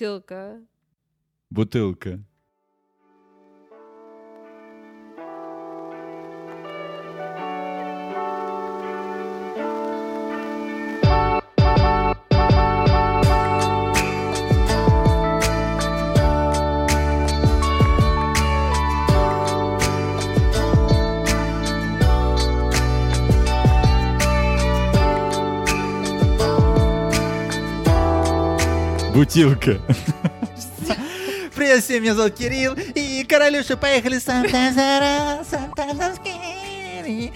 Бутылка. Бутылка. Бутилка. Привет всем, меня зовут Кирилл, и Королюша, поехали Санта-Зара, Санта-Ласкери,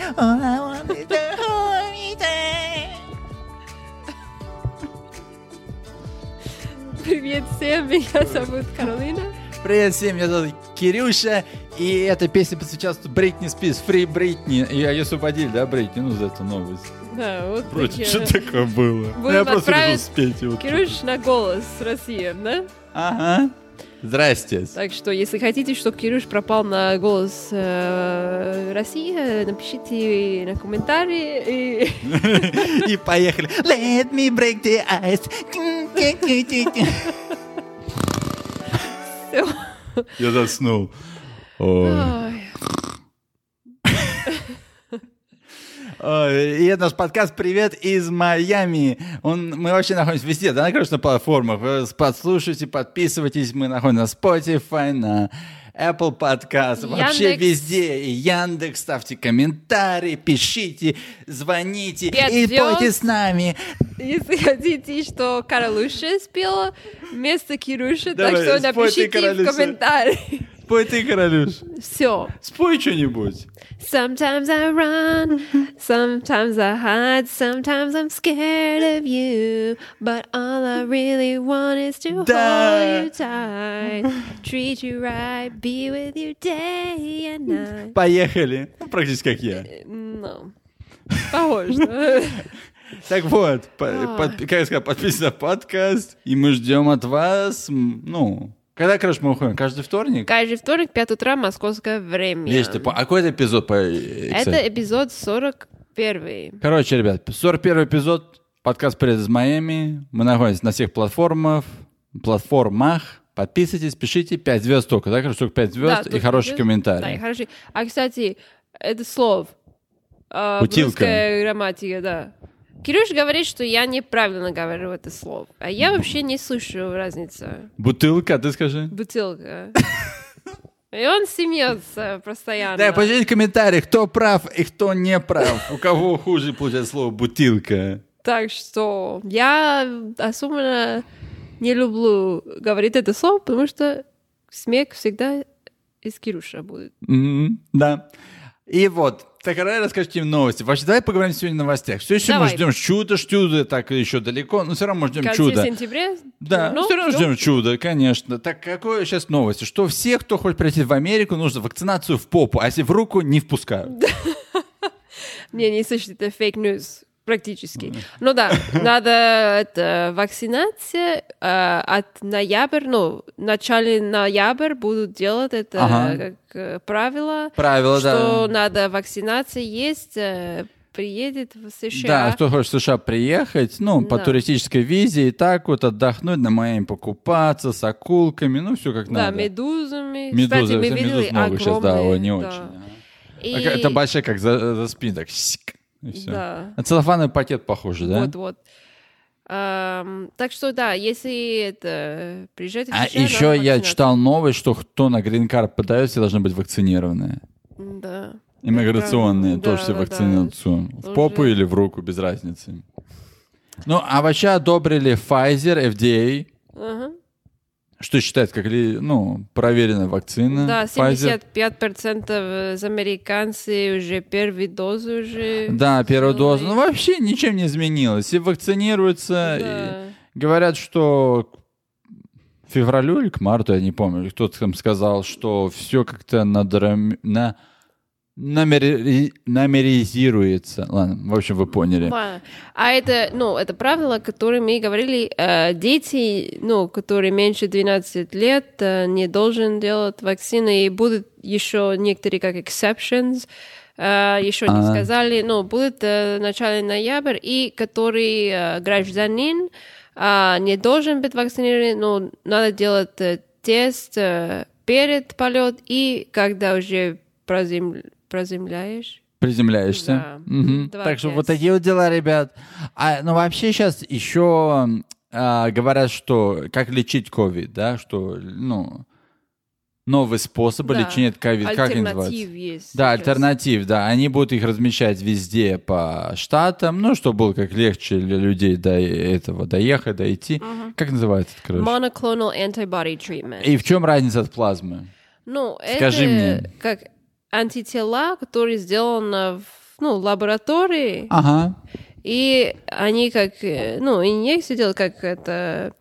Привет всем, меня зовут Каролина. Привет всем, меня зовут Кирюша, и эта песня посвящалась Бритни Спирс, Фри Бритни, Я ее освободили, да, Бритни, ну, за эту новость. Да, вот Против, такие. что такое было? Будем Ну, Я просто решил отправить спеть. и вот Кирюш на голос Россия, да? Ага. Здрасте. Так что, если хотите, чтобы Кирюш пропал на голос э, России, э, напишите на комментарии. И... И поехали. Let me break the ice. всё. Я заснул. Ой. Ой. Ой, И это наш подкаст «Привет из Майами». Он, мы вообще находимся везде, да, на, конечно, на платформах. Вы Подслушайте, подписывайтесь. Мы находимся на Spotify, на Apple Podcast, вообще Яндекс. везде. И Яндекс, ставьте комментарии, пишите, звоните Пять и звезд. пойте с нами. Если хотите, что Каролюша спела вместо Кирюши, так Давай, что спой ты, напишите в Каролюша. комментарии. Спой ты, королюш. Все. Спой что-нибудь. Sometimes I run, sometimes I hide, sometimes I'm scared of you. But all I really want is to Да. hold you tight, treat you right, be with you day and night. Поехали. Ну, практически как я. Ну, похоже. да? Так вот, по- под- как я сказал, подписывайтесь на подкаст, и мы ждем от вас, м, ну, когда, короче, мы уходим? Каждый вторник? Каждый вторник, 5 утра, московское время. Видишь, ты по- а какой это эпизод? по- э, кстати? Это эпизод 41. Короче, ребят, 41 эпизод, подкаст «Привет из Майами». Мы находимся на всех платформах, платформах. Подписывайтесь, пишите 5 звезд только, да, короче, только 5 звезд и тут- хороший Да, и комментарий. хороший. А, кстати, это слов. э, в Бутилка. русской грамматике, да. Кирюш говорит, что я неправильно говорю это слово. А я вообще не слышу разницы. Бутылка, ты скажи. Бутылка. И он смеется постоянно. Да, пишите в комментариях, кто прав и кто не прав. У кого хуже получается слово «бутылка». Так что я особенно не люблю говорить это слово, потому что смех всегда из Кирюша будет. Мгм, Да. И вот, так а давай расскажите им новости. Вообще, давай поговорим сегодня о новостях. Все еще мы Давай. ждем чудо, чудо, так еще далеко, но все равно мы ждем В чудо. конце сентября? Да, ну, все равно ждем. ждем чудо, конечно. Так какое сейчас новости? Что все, кто хочет прийти в Америку, нужно вакцинацию в попу, а если в руку, не впускают. Не, не слышите, это фейк ньюс практически. Ну да, надо это, вакцинация э, от ноября, ну, в начале ноября будут делать это Ага. как э, правило, Правило, что да. надо вакцинация есть, э, приедет в США. Да, кто хочет в США приехать, ну, по Да. туристической визе, и так вот отдохнуть, на Майами покупаться, с акулками, ну, все как Да, надо. медузами. Медузы, Кстати, мы медуз видели много сейчас, да, огромные, ой, не да. очень. ага. И- А ка- Это большая, как за, за спину, так сик, и всё. Да. На целлофановый пакет похоже, да? Вот, вот. Ам, так что да, если это приезжать в А США, еще надо я вакцинацию. читал новость, что кто на грин-карт подается, должны быть вакцинированы. Да. Иммиграционные Это правда. тоже все Да, да, да. вакцинацию. В Тоже. попу или в руку, без разницы. Ну, а вообще одобрили Pfizer, FDA, Ага. что считается как, ли, ну, проверенная вакцина. Да, Pfizer. 75% из э, американцы уже первые дозы уже. Да, первую сделали. дозу. Ну, вообще ничем не изменилось. И вакцинируются, и Да. Говорят, что к февралю или к марту, я не помню, кто-то там сказал, что все как-то надрам... на... номери- номеризируется. Ладно, в общем, вы поняли. Ба. А это, ну, это правило, которое мы говорили, э, дети, ну, которые меньше 12 лет, э, не должен делать вакцины, и будут еще некоторые как exceptions, э, еще не А. сказали, ну, будет э, начале ноябрь, и который э, гражданин а, не должен быть вакцинирован, но надо делать э, тест э, перед полет и когда уже прозем- проземляешь. Приземляешься. Да. Мгм. Два Так что вот пять. такие вот дела, ребят. А, ну вообще сейчас еще а, говорят, что как лечить ковид, да, что ну новые способы Да. лечения ковид, как они называются? Альтернатив есть. Да, сейчас. альтернатив, да. Они будут их размещать везде по штатам, ну, чтобы было как легче для людей до этого доехать, дойти. Как называется это, короче? Monoclonal antibody treatment. И в чем разница от плазмы? Ну, Скажи это мне. как антитела, которые сделаны в ну, лаборатории, Ага. и они как, э, ну, инъекции делают, как это,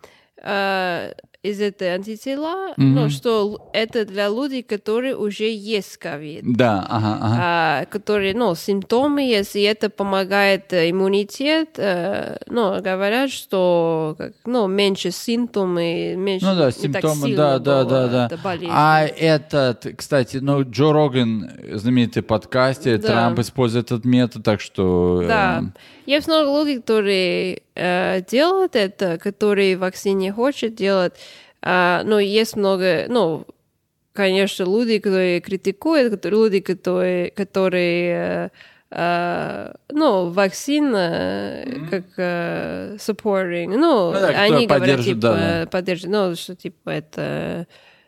э, из этой антитела, ну, что л- это для людей, которые уже есть ковид. Да, ага, ага. а, которые, ну, симптомы есть, и это помогает э, иммунитет, э, ну, говорят, что, как, ну, меньше симптомы, меньше, Ну да, А, не так симптомы, сильно да, да, было да, да. эта болезнь. А этот, кстати, ну, Джо Роган, знаменитый подкастер, Да. Трамп использует этот метод, так что... э, Да. Есть много людей, которые э, делают это, которые вакцин не хочет делать. А, но есть много, ну, конечно, людей, которые критикуют, которые, люди, которые, которые э, э, ну, вакцин э, как э, supporting, ну, Ну да, кто они говорят, поддержит, типа, да, поддержит, ну, что, типа, это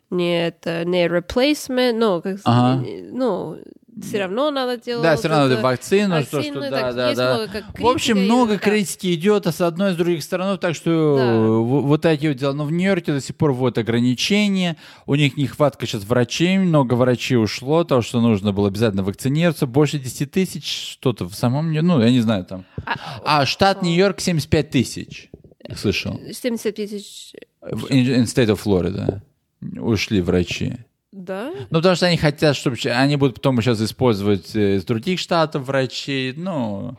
не, это не replacement, ну, как, Ага. ну, все равно надо делать. э, Да, все равно это. это вакцина, что, Вакцины, что, да, так, да, есть да. много как в общем, критика и много вот так. критики идет а с одной и с других сторон, так что Да. э, во- вот эти вот дела. Но в Нью-Йорке до сих пор вот ограничения, у них нехватка сейчас врачей, много врачей ушло, потому что нужно было обязательно вакцинироваться, больше 10 тысяч, что-то в самом, Нью- ну, я не знаю там. А, штат Нью-Йорк 75 тысяч, я слышал, 70 тысяч, в State of Florida ушли врачи. да? Ну, потому что они хотят, чтобы... Они будут потом сейчас использовать э, из других штатов врачей, ну...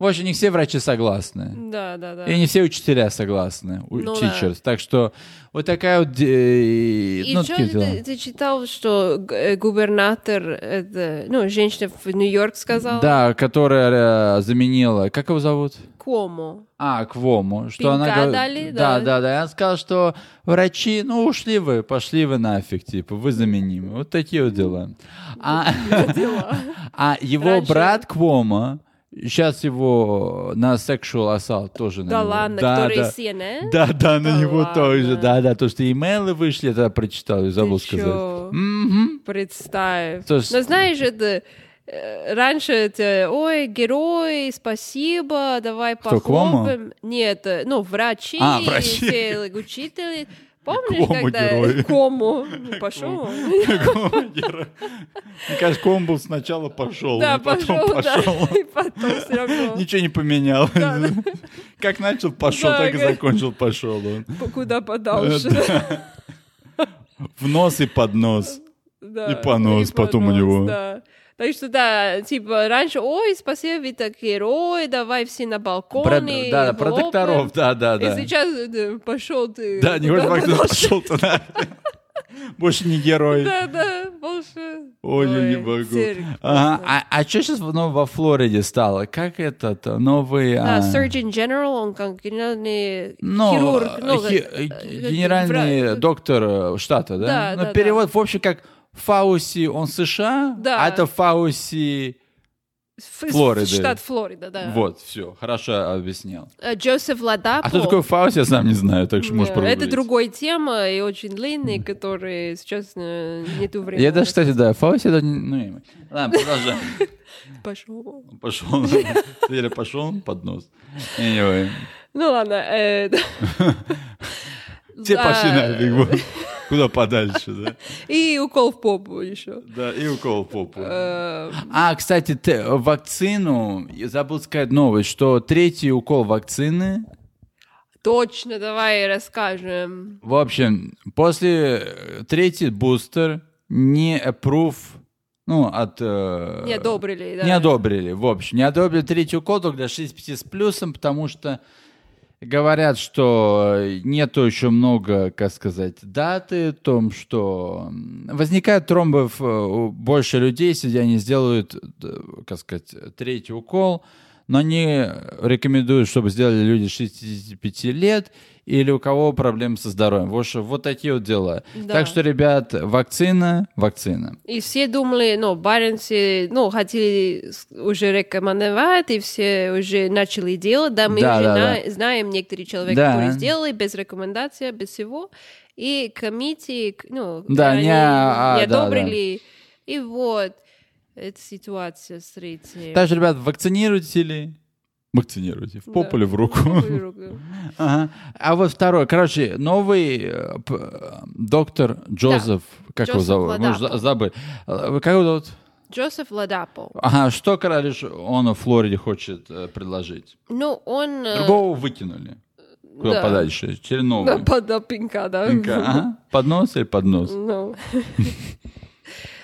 В общем, не все врачи согласны. Да, да, да. И не все учителя согласны, у- Ну да. teachers. Так что вот такая вот... э, И ну, чё такие ты, дела. ты читал, что г- э, губернатор, это, ну, женщина в Нью-Йорк сказала? Да, которая э, заменила... Как его зовут? Кому? А, Квому. Что Пинка она говорит- дали, да, да. да, да. И Она сказала, что врачи, ну, ушли вы, пошли вы нафиг, типа, вы заменимы. Вот такие вот дела. А, а его Раньше- брат Квома, сейчас его на sexual assault тоже на Да него. ладно, да, который да. из CNN? Да, да, на Да него ладно. тоже. Да, да, то, что имейлы вышли, я тогда прочитал и забыл сказать. чё? Мгм. Представь. То есть- Но знаешь, это... э, Раньше это, ой, герой, спасибо, давай Кто, Куомо? похлопаем. Нет, э, ну, врачи, А, врачи. все учители. Помнишь, Куомо когда... ну, герой. Кому? Пошел. Мне кажется, комбо сначала пошел, Да, а потом пошел, да. пошел. И потом все равно. Ничего не поменял. Да, да. Как начал, пошел, Да, так и как- закончил, пошел он. П- Куда подальше. В нос и под нос. Да. И понос потом у понос, него. да. Так что, да, типа, раньше, ой, спасибо, вы так герой, давай все на балконе. да, хлопаем». протекторов, да, да, И да. сейчас пошел ты. Да, не куда хочешь вакцину, подальше. пошел ты нахрен. Больше не герой. Да, да, больше. Ой, я не Ой, могу. цирк. Ага, А, а что сейчас во Флориде стало? Как этот э, новый... Да, а, Surgeon General, он как генеральный ну, хирург. ну, э, хи- как, э, э, генеральный врач. доктор э, штата, да? Да, ну, да, перевод, в общем, как Фауси, он США, Да. а это Фауси... Ф- Флориды. Штат Флорида, да. Вот, все, хорошо объяснял. Э, Джозеф Ладапо. А кто такой Фауст, я сам не знаю, так что можешь Да, Это прогуглить. другой тема и очень длинный, который сейчас э, нету времени. Я даже, кстати, да, Фауст это... не- Ну, и мы. Ладно, продолжай. Пошёл. Пошел, Или пошел под нос. Anyway. Ну ладно. э, да. Все Да. пошли нафиг, вот. Куда подальше, да? И укол в попу еще. Да, и укол в попу. Э, А, кстати, те- вакцину, я забыл сказать новость, что третий укол вакцины, Точно, давай расскажем. в общем, после э, третий бустер не approve, ну, от... э, Не одобрили, да? Не одобрили, в общем. Не одобрили третью кодок для 65 с плюсом, потому что говорят, что нету еще много, как сказать, даты, о том, что м, возникают тромбы в, э, у больше людей, если они сделают, э, как сказать, третий укол. но они рекомендуют, чтобы сделали люди 65 лет или у кого проблемы со здоровьем. Вот, что- вот такие вот дела. Да. Так что, ребят, вакцина, вакцина. И все думали, ну, баренцы, ну, хотели с- уже рекомендовать, и все уже начали делать. Да, мы Да, уже да, на- знаем некоторые человек, Да. которые сделали без рекомендации, без всего. И комитет, ну, Да, они не, а, не да, да. одобрили. И вот, эта ситуация с этим. Так что, ребят, вакцинируйте ли? Вакцинируйте. В Да. попу или в руку? Ой, руку. Ага. А вот второй, короче, новый э, п- э, доктор Джозеф, как его Джозеф зовут? Мы уже Ладапо. за- забыли. Э, Как его зовут? Джозеф Ладапо. Ага, что король он в Флориде хочет э, предложить? Ну, он... э, Другого выкинули. Куда да. подальше? Через Да, новый. под пинка, да. Пинка, ага. Под нос или под нос? Ну.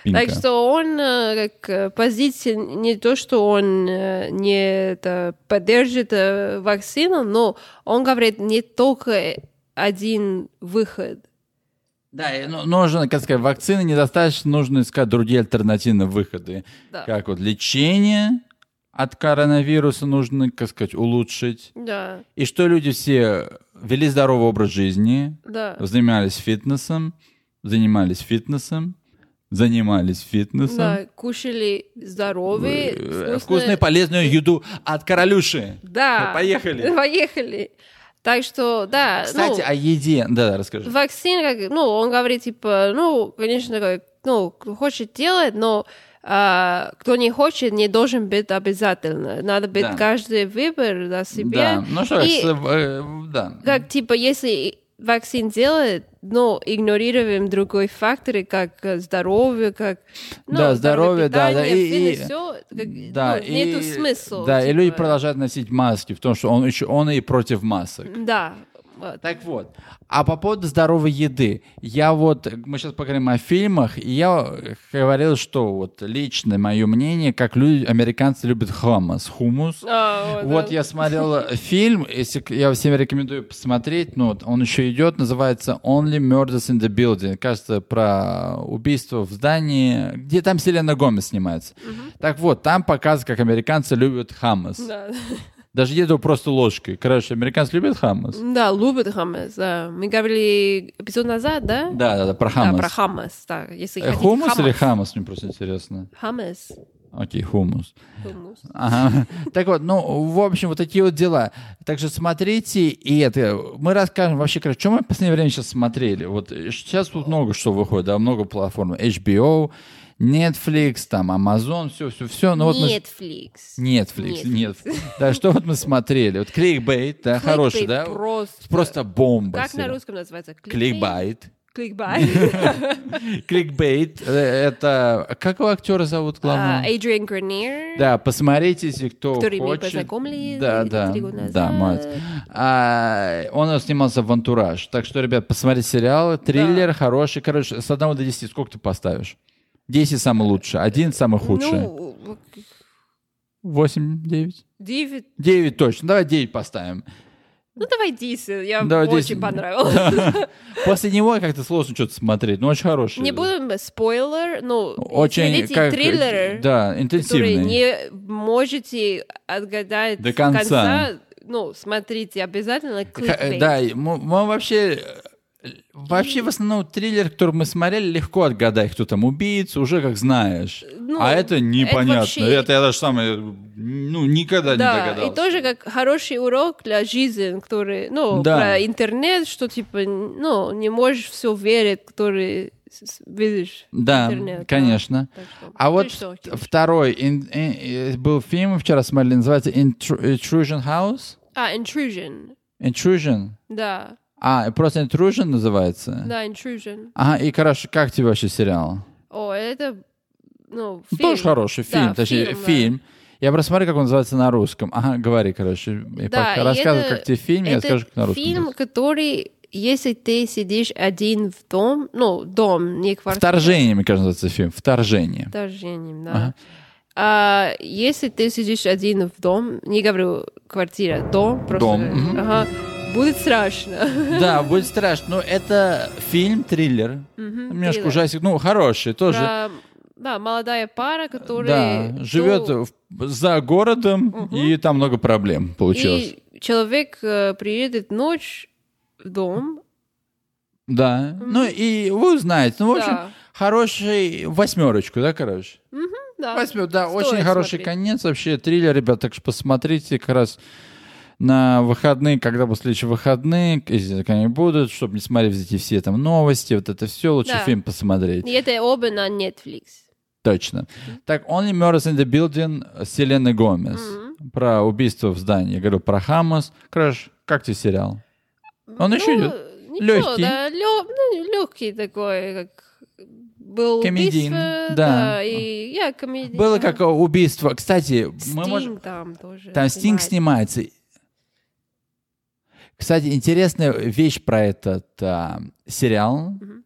Пинка. Так что он э, как э, позиция не то, что он э, не это, поддержит э, вакцину, но он говорит не только один выход. Да, и ну- нужно, как сказать, вакцины недостаточно, нужно искать другие альтернативные выходы. Да. Как вот лечение от коронавируса нужно, как сказать, улучшить. Да, И что люди все вели здоровый образ жизни, да. занимались фитнесом, занимались фитнесом, занимались фитнесом. Да, кушали здоровые, Э, вкусные. Вкусную полезную еду от королюши. Да. Поехали. Поехали. Так что, да. Кстати, ну, о еде. Да, да, расскажи. Вакцин, как, ну, он говорит, типа, ну, конечно, как, ну, кто хочет делать, но а, кто не хочет, не должен быть обязательно. Надо быть Да. каждый выбор на себя. Да, ну что, И- с- э, да. Как, типа, если вакцин делает, но игнорируем другой факторы, как э, здоровье, как... ну, Да, здоровье, да, да, питание, и- фитнес, и- всё, как, Да, ну, нету и- смысла. Да, и люди типа. продолжают носить маски, потому что он еще он и против масок. Да. Вот. Так вот, а по поводу здоровой еды, я вот, мы сейчас поговорим о фильмах, и я говорил, что вот лично мое мнение, как люди, американцы любят хамас, хумус. А, Вот да. я смотрел фильм, если к- я всем рекомендую посмотреть, ну, вот он еще идет, называется Only Murders in the Building, кажется, про убийство в здании, где там Селена Гомес снимается. Так вот, там показывают, как американцы любят хамас. Да. Даже еду просто ложкой. Короче, американцы любят хамас. Да, любят хамас. Да. Мы говорили эпизод назад, да? Да, да, да, про хамас. Да, про хамас. Да, если Э, хотите, Хумус хамас. или хамас, мне просто интересно. Хамас. Окей, хумус. Хумус. Ага. Так вот, ну, в общем, вот такие вот дела. Так что смотрите, и это, мы расскажем вообще, короче, что мы в последнее время сейчас смотрели. Вот э, сейчас тут много что выходит, да, много платформ. HBO, Netflix, там, Amazon, все-все-все. Ну, вот мы... Netflix. Netflix, нет. Netflix. Да, что вот мы смотрели? Вот кликбейт, да, хороший, Кликбейт да? Просто. Просто бомба. Как на сериал. русском называется? Кликбайт. Кликбайт. Кликбейт. э, Это... Как его актера зовут главного? Эдриан Гранер. Да, посмотрите, если кто А, Который мы хочет. познакомились да, три да, года назад. Да, мать. А, он снимался в «Антураж». Так что, ребят, посмотрите сериал. Триллер хороший. Короче, с 1 до 10 сколько ты поставишь? 10 самый лучший, 1 самый худший. Ну, 8, 9? девять. 9 точно. Давай 9 поставим. Ну, давай 10. Я Давай очень 10. понравилась. После него как-то сложно что-то смотреть, но очень хороший. Не будем спойлер, но Очень, смотрите как, триллер. Да, которые интенсивный. не можете отгадать До конца. ну, смотрите, обязательно Ха- э, кликбейт. Да, и мы, мы вообще... э, Вообще, в основном, триллер, который мы смотрели, легко отгадай, кто там убийца, уже как знаешь. Ну, а это непонятно. Это, вообще- я даже сам э, ну, никогда не Да, догадался. и тоже как хороший урок для жизни, который, ну, Да. про интернет, что типа, ну, не можешь все верить, который с- с- видишь. Да, интернет, да. конечно. Так что, А ты вот что, в- второй ин- ин- э, был фильм, вчера смотрели, называется Intru- Intrusion House. А, intrusion, Intrusion. да, А, просто Intrusion называется? да, intrusion. Ага, и, короче, как тебе вообще сериал? О, это, ну, Ну, фильм. Тоже хороший Да, фильм, точнее, фильм. да. Я просто смотрю, как он называется на русском. Ага, говори, короче. И Да, пока и рассказывай, это- как тебе фильм, я Это скажу, как на русском. фильм, будет. который, если ты сидишь один в дом, ну, дом, не квартира. Вторжение, мне кажется, называется фильм. Вторжение. Вторжением, да. Ага. А, если ты сидишь один в дом, не говорю квартира, дом, просто... э, Дом, мгм. Ага, будет страшно. Да, будет страшно. Но это фильм-триллер. Мгм, Немножко триллер. ужасик. Ну, хороший тоже. Про, да, молодая пара, которая... Да, ну, живет в- за городом, и там много проблем получилось. И человек э, приедет ночь в дом. Да. Ну и вы узнаете. Ну, в общем, Да. хороший восьмерочку, да, короче? Да. Возьмёт, да, А Стоит очень хороший смотреть. конец вообще триллер, ребят, так что посмотрите как раз на выходные, когда будут следующие выходные, если так они будут, чтобы не смотреть эти все там новости, вот это все, лучше Да. фильм посмотреть. И это оба на Netflix. Точно. Так, Only Murders in the Building с Селеной Гомес. Про убийство в здании. Я говорю про Хамас. Краш, как тебе сериал? Он еще идет. Легкий. Лёгкий. Ну, Да, лё- ну, легкий такой, как был Комедийный, да. убийство, и я комедийный. Было как э, убийство. Кстати, мы Стинг можем... там тоже. Там Стинг снимает. снимается. Кстати, интересная вещь про этот а, сериал. Мгм.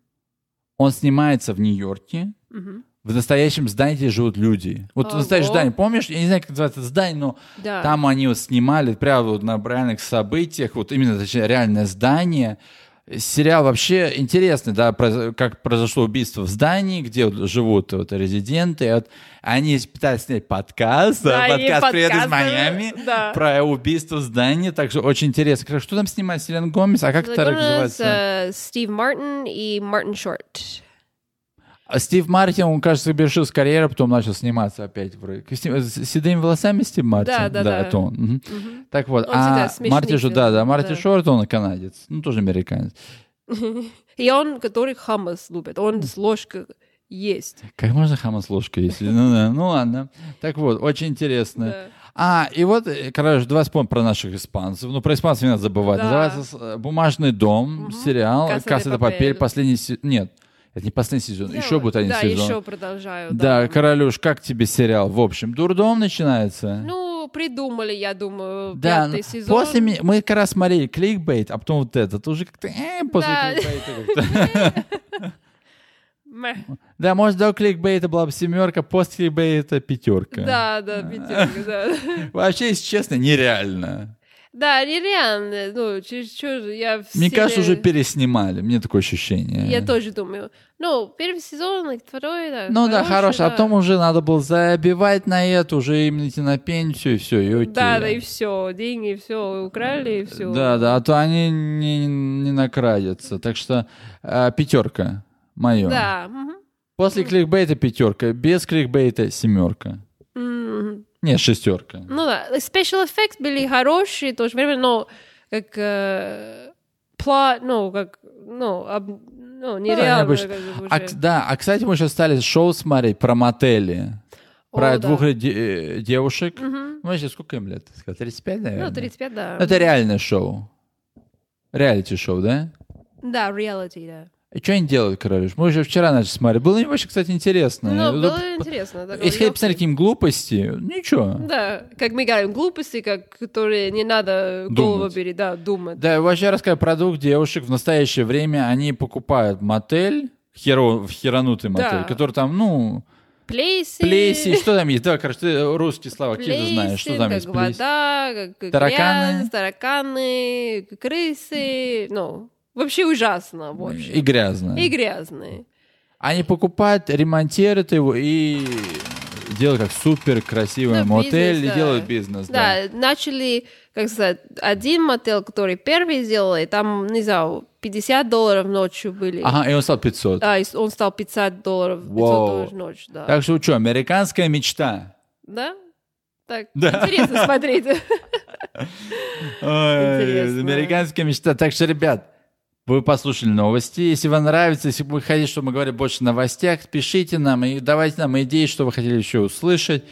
Он снимается в Нью-Йорке. Мгм. В настоящем здании живут люди. Вот Ого. настоящее здание, помнишь? Я не знаю, как называется это здание, но Да. там они вот снимали прямо вот на реальных событиях, вот именно, точнее, реальное здание. Сериал вообще интересный, да, про- как произошло убийство в здании, где вот живут вот резиденты. И вот они пытались снять подкаст, Да, и подкаст «Привет из подкаст, Майами», да. про убийство в здании, так что очень интересно. Как- Что там снимает Селена Гомес, а как это Загорелся, называется? э, Стив Мартин и Мартин Шорт. А Стив Мартин, он, кажется, совершил с карьеры, потом начал сниматься опять. вроде. С ним- с седыми волосами Стив Мартин? Да, да, да. это он. Мгм. Так вот, Он а всегда смешный Марти Шо- да, да, фильм, Марти да. Шорт, он канадец, ну тоже американец. И он, который хамас любит, он с ложкой есть. Как можно хама с ложкой, если, ну, да, ну ладно. Так вот, очень интересно. Да. А, и вот, э, короче, два вспомним про наших испанцев. Ну, про испанцев не надо забывать. Да. Называется с- э, «Бумажный дом», сериал «Каса де «Касса де Папель», Папель. последний сезон. Нет, это не последний сезон, Я еще вот- будет один да, сезон. еще продолжаю. Да, Да, королюш, как тебе сериал? В общем, дурдом начинается. Ну, придумали, я думаю, Да, пятый ну, сезон. после ми- мы как раз смотрели кликбейт, а потом вот этот уже как-то э, после Да. кликбейта как-то. Мэ. Да, может, до кликбейта была бы семерка, после кликбейта пятерка. Да, А. да, пятерка, да. Вообще, если честно, нереально. Да, нереально, ну, чересчур, я в Мне серии- кажется, уже переснимали. Мне такое ощущение. Я тоже думаю. Ну, первый сезон, и второй, да. Ну да, хороший, а потом уже надо было забивать на это, уже им идти на пенсию, и все, и окей. Да, да, и все, деньги, все, украли, и все. Да, да, а то они не, не накрадятся. Так что э, пятерка мое. Да. мгм. После кликбейта пятерка, без кликбейта семерка. М, Не, шестерка. Ну да, special effects были хорошие, в то же время, но как э, plot, ну, как, ну, об- ну, нереально. обычно. как бы, А, уже. к- да, а кстати, мы сейчас стали шоу смотреть про мотели. О, Про да. двух э, де- э, девушек. Мгм. Ну, вообще, сколько им лет? ты сказал? 35, наверное? Ну, 35, да. Это реальное шоу. Реалити-шоу, да? Да, reality, да. И что «Э, они делают, королюш? Мы уже вчера начали смотреть. Было вообще, кстати, интересно. Ну, Ну, было п- интересно. такое Если хотите лёгкое. посмотреть какие-нибудь глупости, ничего. Да, как мы говорим, глупости, как, которые не надо голову Думать. бери, да, думать. Да, вообще расскажу про двух девушек. В настоящее время они покупают мотель, херо, херанутый мотель, Да. который там, ну, Плейси. плеси, что там есть? Да, короче, ты русские слова, какие ты плейси, знаешь, что там как есть плеси? вода, как- как Тараканы. грязь, тараканы, крысы, ну, вообще ужасно, в общем. И грязно. И грязные. Они покупают, ремонтируют его и делают как супер красивый Ну, мотель бизнес, и да. делают бизнес. Да. Да, начали, как сказать, один мотель, который первый сделали, там, не знаю, 50 долларов ночью были. Ага, и он стал 500. Да, и с- он стал 500 долларов, 500 Вау. долларов в ночь, да. Так что что, американская мечта. Да? Так, Да. интересно смотреть. Ой, Интересно. Американская мечта. Так что, ребят, вы послушали новости. Если вам нравится, если вы хотите, чтобы мы говорили больше о новостях, пишите нам и давайте нам идеи, что вы хотели еще услышать.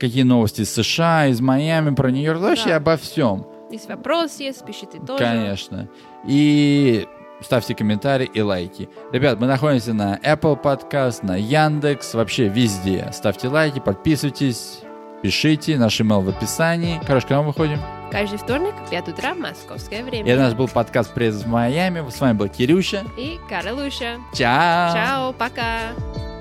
Какие новости из США, из Майами, про Нью-Йорк, Ну, вообще Да. обо всем. Если вопрос есть, пишите тоже. Конечно. И ставьте комментарии и лайки. Ребят, мы находимся на Apple Podcast, на Яндекс, вообще везде. Ставьте лайки, подписывайтесь, пишите. Наш email в описании. Короче, когда мы выходим? Каждый вторник в 5 утра московское И время. это наш был подкаст «През в Майами». С вами был Кирюша. И Каролуша. Чао! Чао, пока.